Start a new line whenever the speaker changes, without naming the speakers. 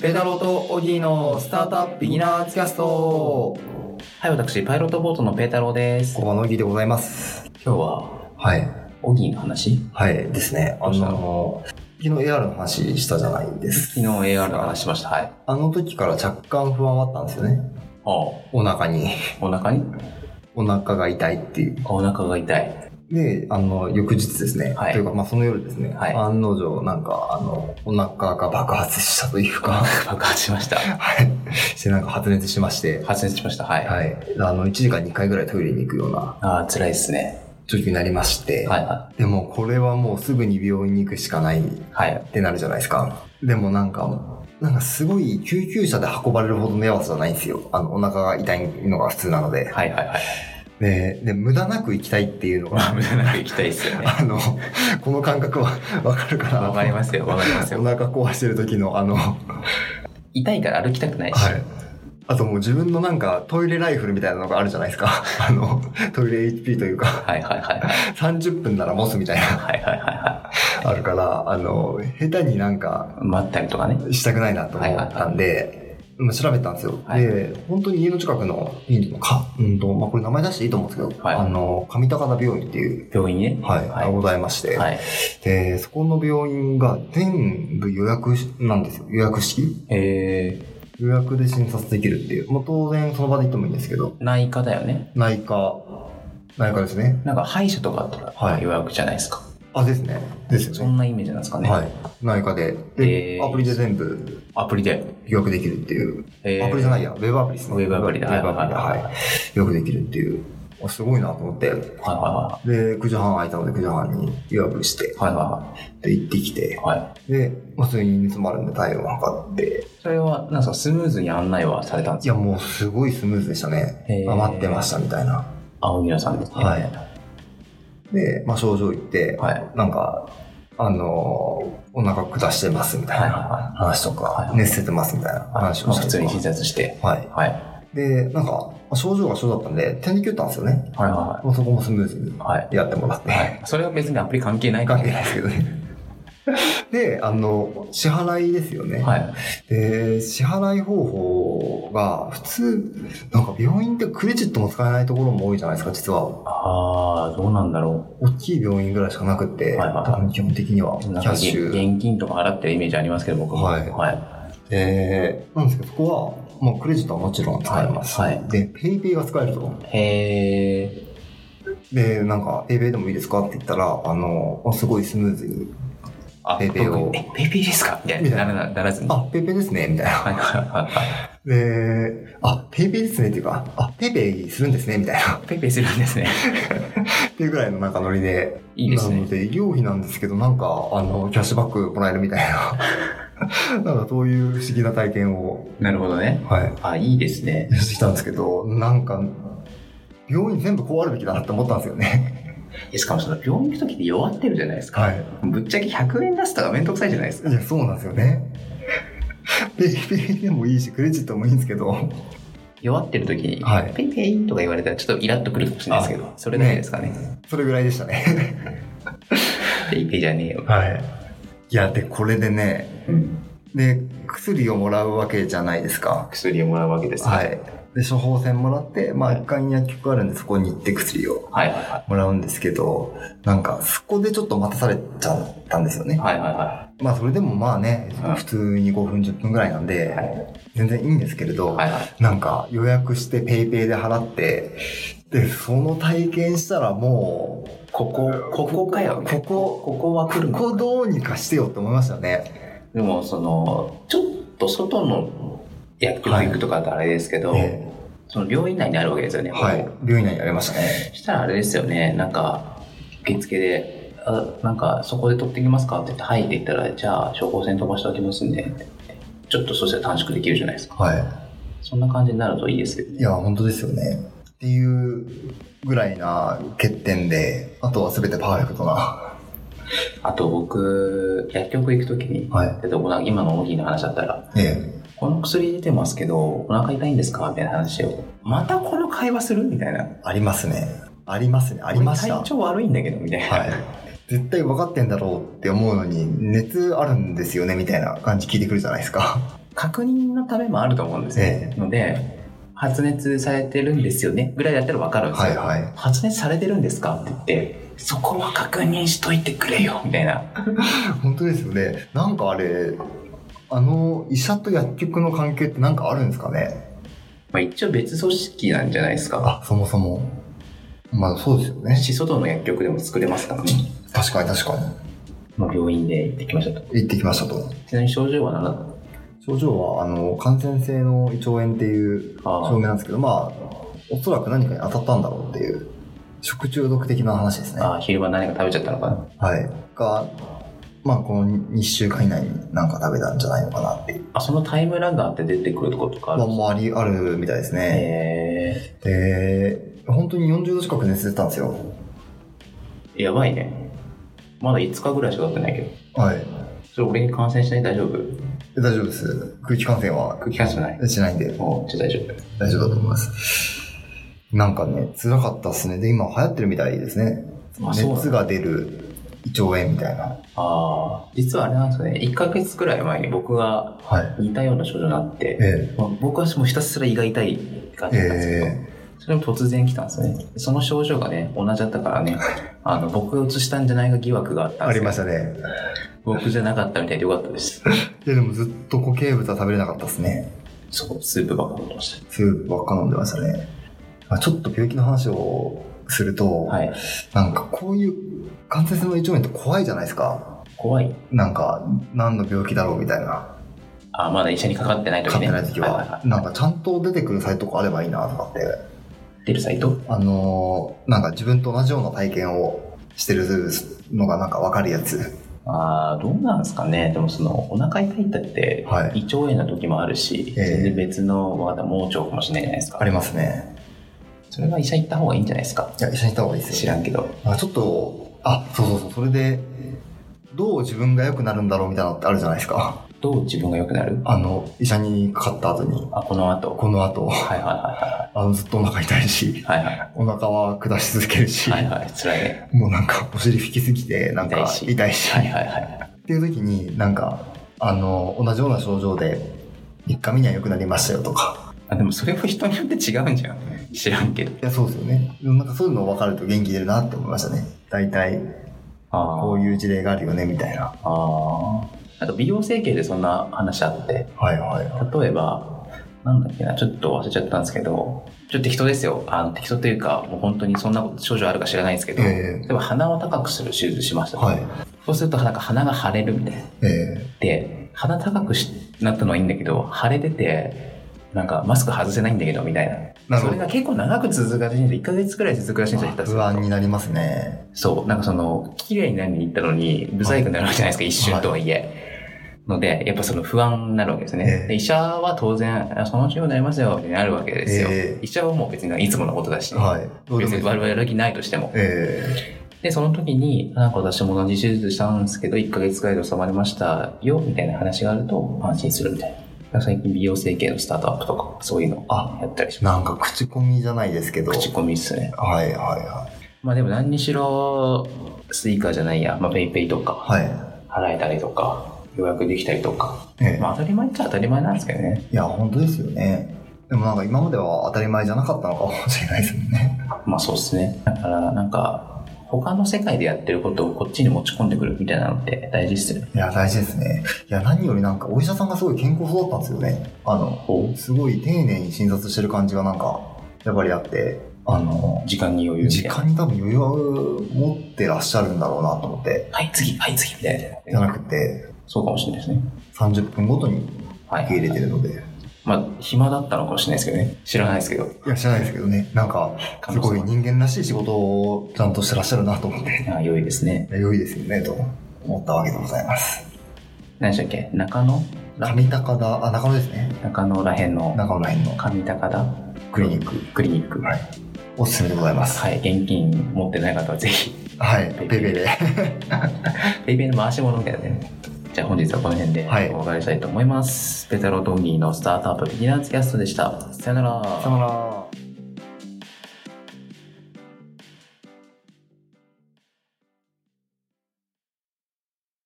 ペダロとオギーのスタートアップビギナーズキャスト
はい、私、パイロットボートのペータローです。
小
今
場のオギーでございます。
日は、
はい。
オギーの話
はいですね。あ
どうした
の、昨日 AR の話したじゃないです
昨日 AR の話しました。はい。
あの時から若干不安はあったんですよね。
お
お腹に、
お腹に
お腹が痛いっていう。
お腹が痛い。
で、あの、翌日ですね。
はい
というか、まあその夜ですね。
はい
案の定、なんか、あの、お腹が爆発したという
お腹
か、
爆発しました。
はい。して、なんか発熱しまして、
発熱しました。はい。
はい。あの、1時間2回ぐらいトイレに行くような
ああ、辛いですね。
状況になりまして、
はいは
でもこれはもうすぐに病院に行くしかないっ
い。はい。
てなるじゃないですか。でもなんか、なんかすごい救急車で運ばれるほどのやばさじゃないんですよ。あの、お腹が痛いのが普通なので。
はいはいはい。
で、で無駄なく行きたいっていうの
まあ、
が、
無駄なく行きたいですよ ね。
あの、この感覚は わかるか
わかり
ら、
ますよ、わかります
お
よ。
腹壊してる時のあの、は
痛いから歩きたくないし。
い。あともう自分のなんかトイレライフルみたいなのがあるじゃないですか。 あの、トイレ HP というか、
はいはいはいはい。
30分なら持つみたいな、
はいはいはいは
あるから、あの、下手になんか
い。待ったりとかね。
したくないなと思ったんで、まあ調べたんですよ。
はい
で、本当に家の近くの、かうんと、まあ、これ名前出していいと思うんですけど、
はい
あの、上高田病院っていう、
病院ね。
はい、
は
が
い。
ございまして、
はい。
で、そこの病院が全部予約しなんですよ。予約式
え
予約で診察できるっていう。もう当然その場で行ってもいいんですけど、
ー、内科だよね。
内科、内科ですね。
なんか歯医者とかとか
はい
予約じゃないですか。
あ、ですね。です
そ
よね。
んなイメージなんですかね。
はい。内科で。で、
えー
アプリで全部
アプリで。
予約できるっていう。
えー
アプリじゃないや、ウェブアプリですね。
ウェブアプリだ
ウェブアプリだ
は
はいい。よくできるっていう。あすごいなと思って。
はいは
で、9時半空いたので9時半に予約して
い、はい。はいは
で、行ってきて
い、はい。はい。
で、まあ普通に熱もあるんで体温測って、
それは、なんですか、スムーズに案内はされたんで
い
す
や
か
もうすごいスムーズでしたね
へ。ー
あ待ってましたみたいな。
青木野さんですね。
はいで、まあ症状言って、
はい。はい
なんか、あのーお腹下してますみたい
はい
な
は
話と
はい
か
は、い。
熱出てますみたいない話を
ま
した
あ普
りと
通
か
に診察して。
はい。
はい。はい
で、なんか、まあ症状が症状だったんで、点滴打ったんですよね。
は
もうそこもスムーズに
いはい。はい。
やってもらって。
はい。それは別にアプリ関係ないか
関
ら
係ないですけど ね。で、あの、支払いですよね。
はい。
で、支払い方法が、普通、なんか病院ってクレジットも使えないところも多いじゃないですか、実は。
ああ、どうなんだろ
大きい病院ぐらいしかなくて、
はいはいはい
多分基本的にはキ
う。
ャ
なんか
ッシュ。
現金とか払ってるイメージありますけど、僕も。
はい
はい。
で、なんですけど、そこは、もうクレジットはもちろん使えます。
はいはい
で、ペイペイが使えると。
へえ。
で、なんか、ペイペイでもいいですかって言ったら、あの、あすごいスムーズに、
あ、
ペイペイを
特にえ、ペイペイですかみたい
み
な。
たいな
ならなならずに。
あ、ペイペイですね、みたいな。
はいはいはいは
で、あ、ペイペイですねっていうか、あ、ペイペイするんですねみたいな、
い。ペイペイするんですね。
っていうぐらいのなんかノリで。
いいです
な
ね
の。で、医療費なんですけど、なんか、あの、キャッシュバックもらえるみたい な、なんかそういう不思議な体験を、
なるほどね。
は
あ、いいですね。
い、してきたんですけど、なんか、病院全部こうあるべきだなって思ったんですよね。
いやしかもその病院行く時って弱ってるじゃないです か。
はい。
ぶっちゃけ100円出すとかめんどくさいじゃないですか。
いや、そうなんですよね。ペイペイでもいいし、クレジットもいいんですけど、
弱ってる時に、
はい
ペイペイとか言われたらちょっとイラッとくるかもしれないですけど、それだけですかね。
それぐらいでしたね。
ペイペイじゃねえよ。
はい。いや、で、これでね、
うん
で薬をもらうわけじゃないですか
薬をもらうわけですね
はいで処方箋もらってまあ
はい
一回に薬局あるんでそこに行って薬を
はいはいは
もらうんですけどなんかそこでちょっと待たされちゃったんですよね
い。はいはいは
まあそれでもまあね
はい
普通に5分10分ぐらいなん
い。は
で
い
全然いいんですけれど
はいはい。
なんか予約してペイペイで払ってでその体験したらもう
ここ、ここかよ。
ここ
ここは来る
こ
の。
こどうにかしてよって思いましたね
でも、その、ちょっと外の薬局行くとかってあれですけど、
え
その病院内にあるわけですよね。
えはい
ここ
病院内にありましたね
したらあれですよね、なんか、受付で、あなんか、そこで取ってきますかって言って、はいって言ったら、じゃあ、処方箋飛ばしておきますんで、ってちょっとそしたら短縮できるじゃないですか。
はい
そんな感じになるといいですけどね。
いや、本当ですよね。っていうぐらいな欠点で、あとは全てパーフェクトな。
あと僕、薬局行くときに、
はい。
例えばお腹今の大きいの話だったら、
ええ。
この薬出てますけど、お腹痛いんですかみたいな話を。またこの会話するみたいな。
ありますね。ありますね。ありました。
体
はい。
調悪いんだけど、みたいな。
絶対分かってんだろうって思うのに、熱あるんですよね、みたいな感じ聞いてくるじゃないですか。
確認のためもあると思うんですよ、
え
ので発熱されてるんですよねぐらいだったら分かるんですよ、
はいはい。
発熱されてるんですかって言ってそこは確認しといてくれよみたいな
本当ですよね。なんかあれ、あの、医者と薬局の関係ってなんかあるんですかね
まあ、一応別組織なんじゃないですか。
あ、そもそも。まあそうですよね。
し外の薬局でも作れますからね。
確かに確かに。
まあ、病院で行ってきましたと。
行ってきましたと。
ちなみに症状は何だった
症状は、あの、感染性の胃腸炎っていう
ああ
症例なんですけど、まあ、おそらく何かに当たったんだろうっていう、食中毒的な話ですね。
ああ、昼間何か食べちゃったのかな。
はい。が、まあ、この2週間以内に何か食べたんじゃないのかなっていう。
あ、そのタイムラグあって出てくるとことかあ
まあ、
るんです
もうあり、あるみたいです
か
ね。
へ
で、本当に40度近く熱出たんですよ。
えやばいね。まだ5日ぐらいしか経ってないけど。
はい。
それ俺に感染しない大丈夫
え大丈夫です。空気感染は
空気感染ない
しないんで、
もう、じゃあ大丈夫。
大丈夫だと思います。なんかね、辛かったっすね。で、今流行ってるみたいですね。
あそうなの
熱が出る胃腸炎みたいな。
ああ、実はあれなんですよね。1ヶ月くらい前に僕が
はい。
似たような症状になって、
え
まあ僕はもうひたすら胃が痛い感
え
じだったんですけど、
え
それも突然来たんですよね。その症状がね、同じだったからね、あの、僕が移したんじゃないか疑惑があっ
え
たん
あ
です
り
よ。
ましたね。
僕じゃなかったみたいでよかったです。
いや、でもずっと固形豚食べれなかったっすね。
そう、スープばっか飲んでまし
スープばっか飲んでましたね。まあ、ちょっと病気の話をすると、
た。はい。
なんかこういう関節の胃腸炎って怖いじゃないですか。
怖い。
なんか何の病気だろうみたいな。
あ、まだ医者にかかってない時
勝
ね。
ってない時
い
は。
い
なんかちゃんと出てくるサイトがあればいいなとかって。
い出るサイト
あのーなんか自分と同じような体験をしてるのがなんかわかるやつ。
あーどうなんですかね。でもその、お腹痛いったって、
はい。
胃腸炎の時もあるし、
ええ
全然別の、まだ盲腸かもしれないじゃないですか。
ありますね。
それは医者行った方がいいんじゃないですか。
いや、医者に行った方がいいです
知
よ。
らんけど。
なんかちょっと、あ、そうそうそう、それで、どう自分が良くなるんだろうみたいなのってあるじゃないですか。
どう自分が良くなる
あの、医者にかかった後に、
あ、この後。
この後、
はいはいは
あの、ずっとお腹痛いし、
いはい。はいはい。
お腹は下し続けるし、
はいはい。辛いね。
もうなんかお尻引きすぎて、なんか
痛い
痛
し
いし、
はいはいはい。
っていう時に、なんか、あの、同じような症状で、3日目には良くなりましたよとか。
あでもそれは人によって違うんじゃん知らんけど
いや、そうですよね。なんかそういうの分かると元気出るなって思いましたね。大体、
あ
こう
う
いう事例があるよね、みたいな。
あーあと美容整形でそんな話あって
はいはいはい。
例えばなんだっけなちょっと忘れちゃったんですけどちょっと適当ですよあの適当というかもう本当にそんなこと症状あるか知らないんですけど、
え
例えば鼻を高くする手術しました
ー、
と、
はい。
そうするとなんか鼻が腫れるみたいな
え
で鼻高くしなったのはいいんだけど腫れててなんかマスク外せないんだけどみたいな
なるほど
それが結構長く続くらしいんですよ1ヶ月くらい続くらしいんですよ下手
ー、
する
不
と
安になりますね。
そう、なんかその、綺麗になりに行ったのに、不細工になるわけじゃないですか、一瞬とはいえ。ので、やっぱその不安になるわけです
ええ
ね。で医者は当然、あそのうちようになりますよ、ってなるわけですよ
ええ。
医者はもう別にいつものことだし、
はい。どうでもいい
別に
です
我々やる気ないとしても。
えー
で、その時に、なんか私も同じ手術したんですけど、1ヶ月くらいで収まりましたよ、みたいな話があると、安心するみたいな。最近美容整形のスタートアップとか、そういうの
あ
やったりしま
なんか口コミじゃないですけど。
す。口コミっすね。
はいはいはい。
まあでも何にしろ、スイカじゃないや、まあペイペイとか、
はい。
払えたりとか予約できたりとか、
ええ
まあ、当たり前っちゃ当たり前なんですけどね
いや、本当ですよね。でもなんか今までは当たり前じゃなかったのかもしれないですもんね。
まあそうですねだからなんか他の世界でやってることをこっちに持ち込んでくるみたいなのって大事っすよね
いや、大事ですね。いや、何よりなんかお医者さんがすごい健康そうだったんですよね。あの、すごい丁寧に診察してる感じがなんか、やっぱりあって、あの、
時間に余裕み
時
たいな
間に多分余裕を持ってらっしゃるんだろうなと思って、
はい次はい次みたい
じゃ
な
なくて、
そうかもしれないですね
30分ごとに
はい
受け入れてるので。
まあ暇だったのかもしれないですけどね知らないですけど
いや、知らないですけどね。なんか、すごい人間らしい仕事をちゃんとしてらっしゃるなと思って。
あ良いですね
いや良いですよね、と思ったわけでございます。
何でしたっけ中野ら
上高田、あ、中野ですね。
中野らへんの
中野らへんの
上高田
クリニック。
クリニック
はい。おすすめでございます。
はい現金持ってない方は ぜひ
はい。ペイペイで。
ベイベーの回し物みたいなね。じゃあ本日はこの辺で
はい
お別れしたいと思います。ペタロトニーのスタートアップビギナーズキャストでした。さよなら。
さよなら。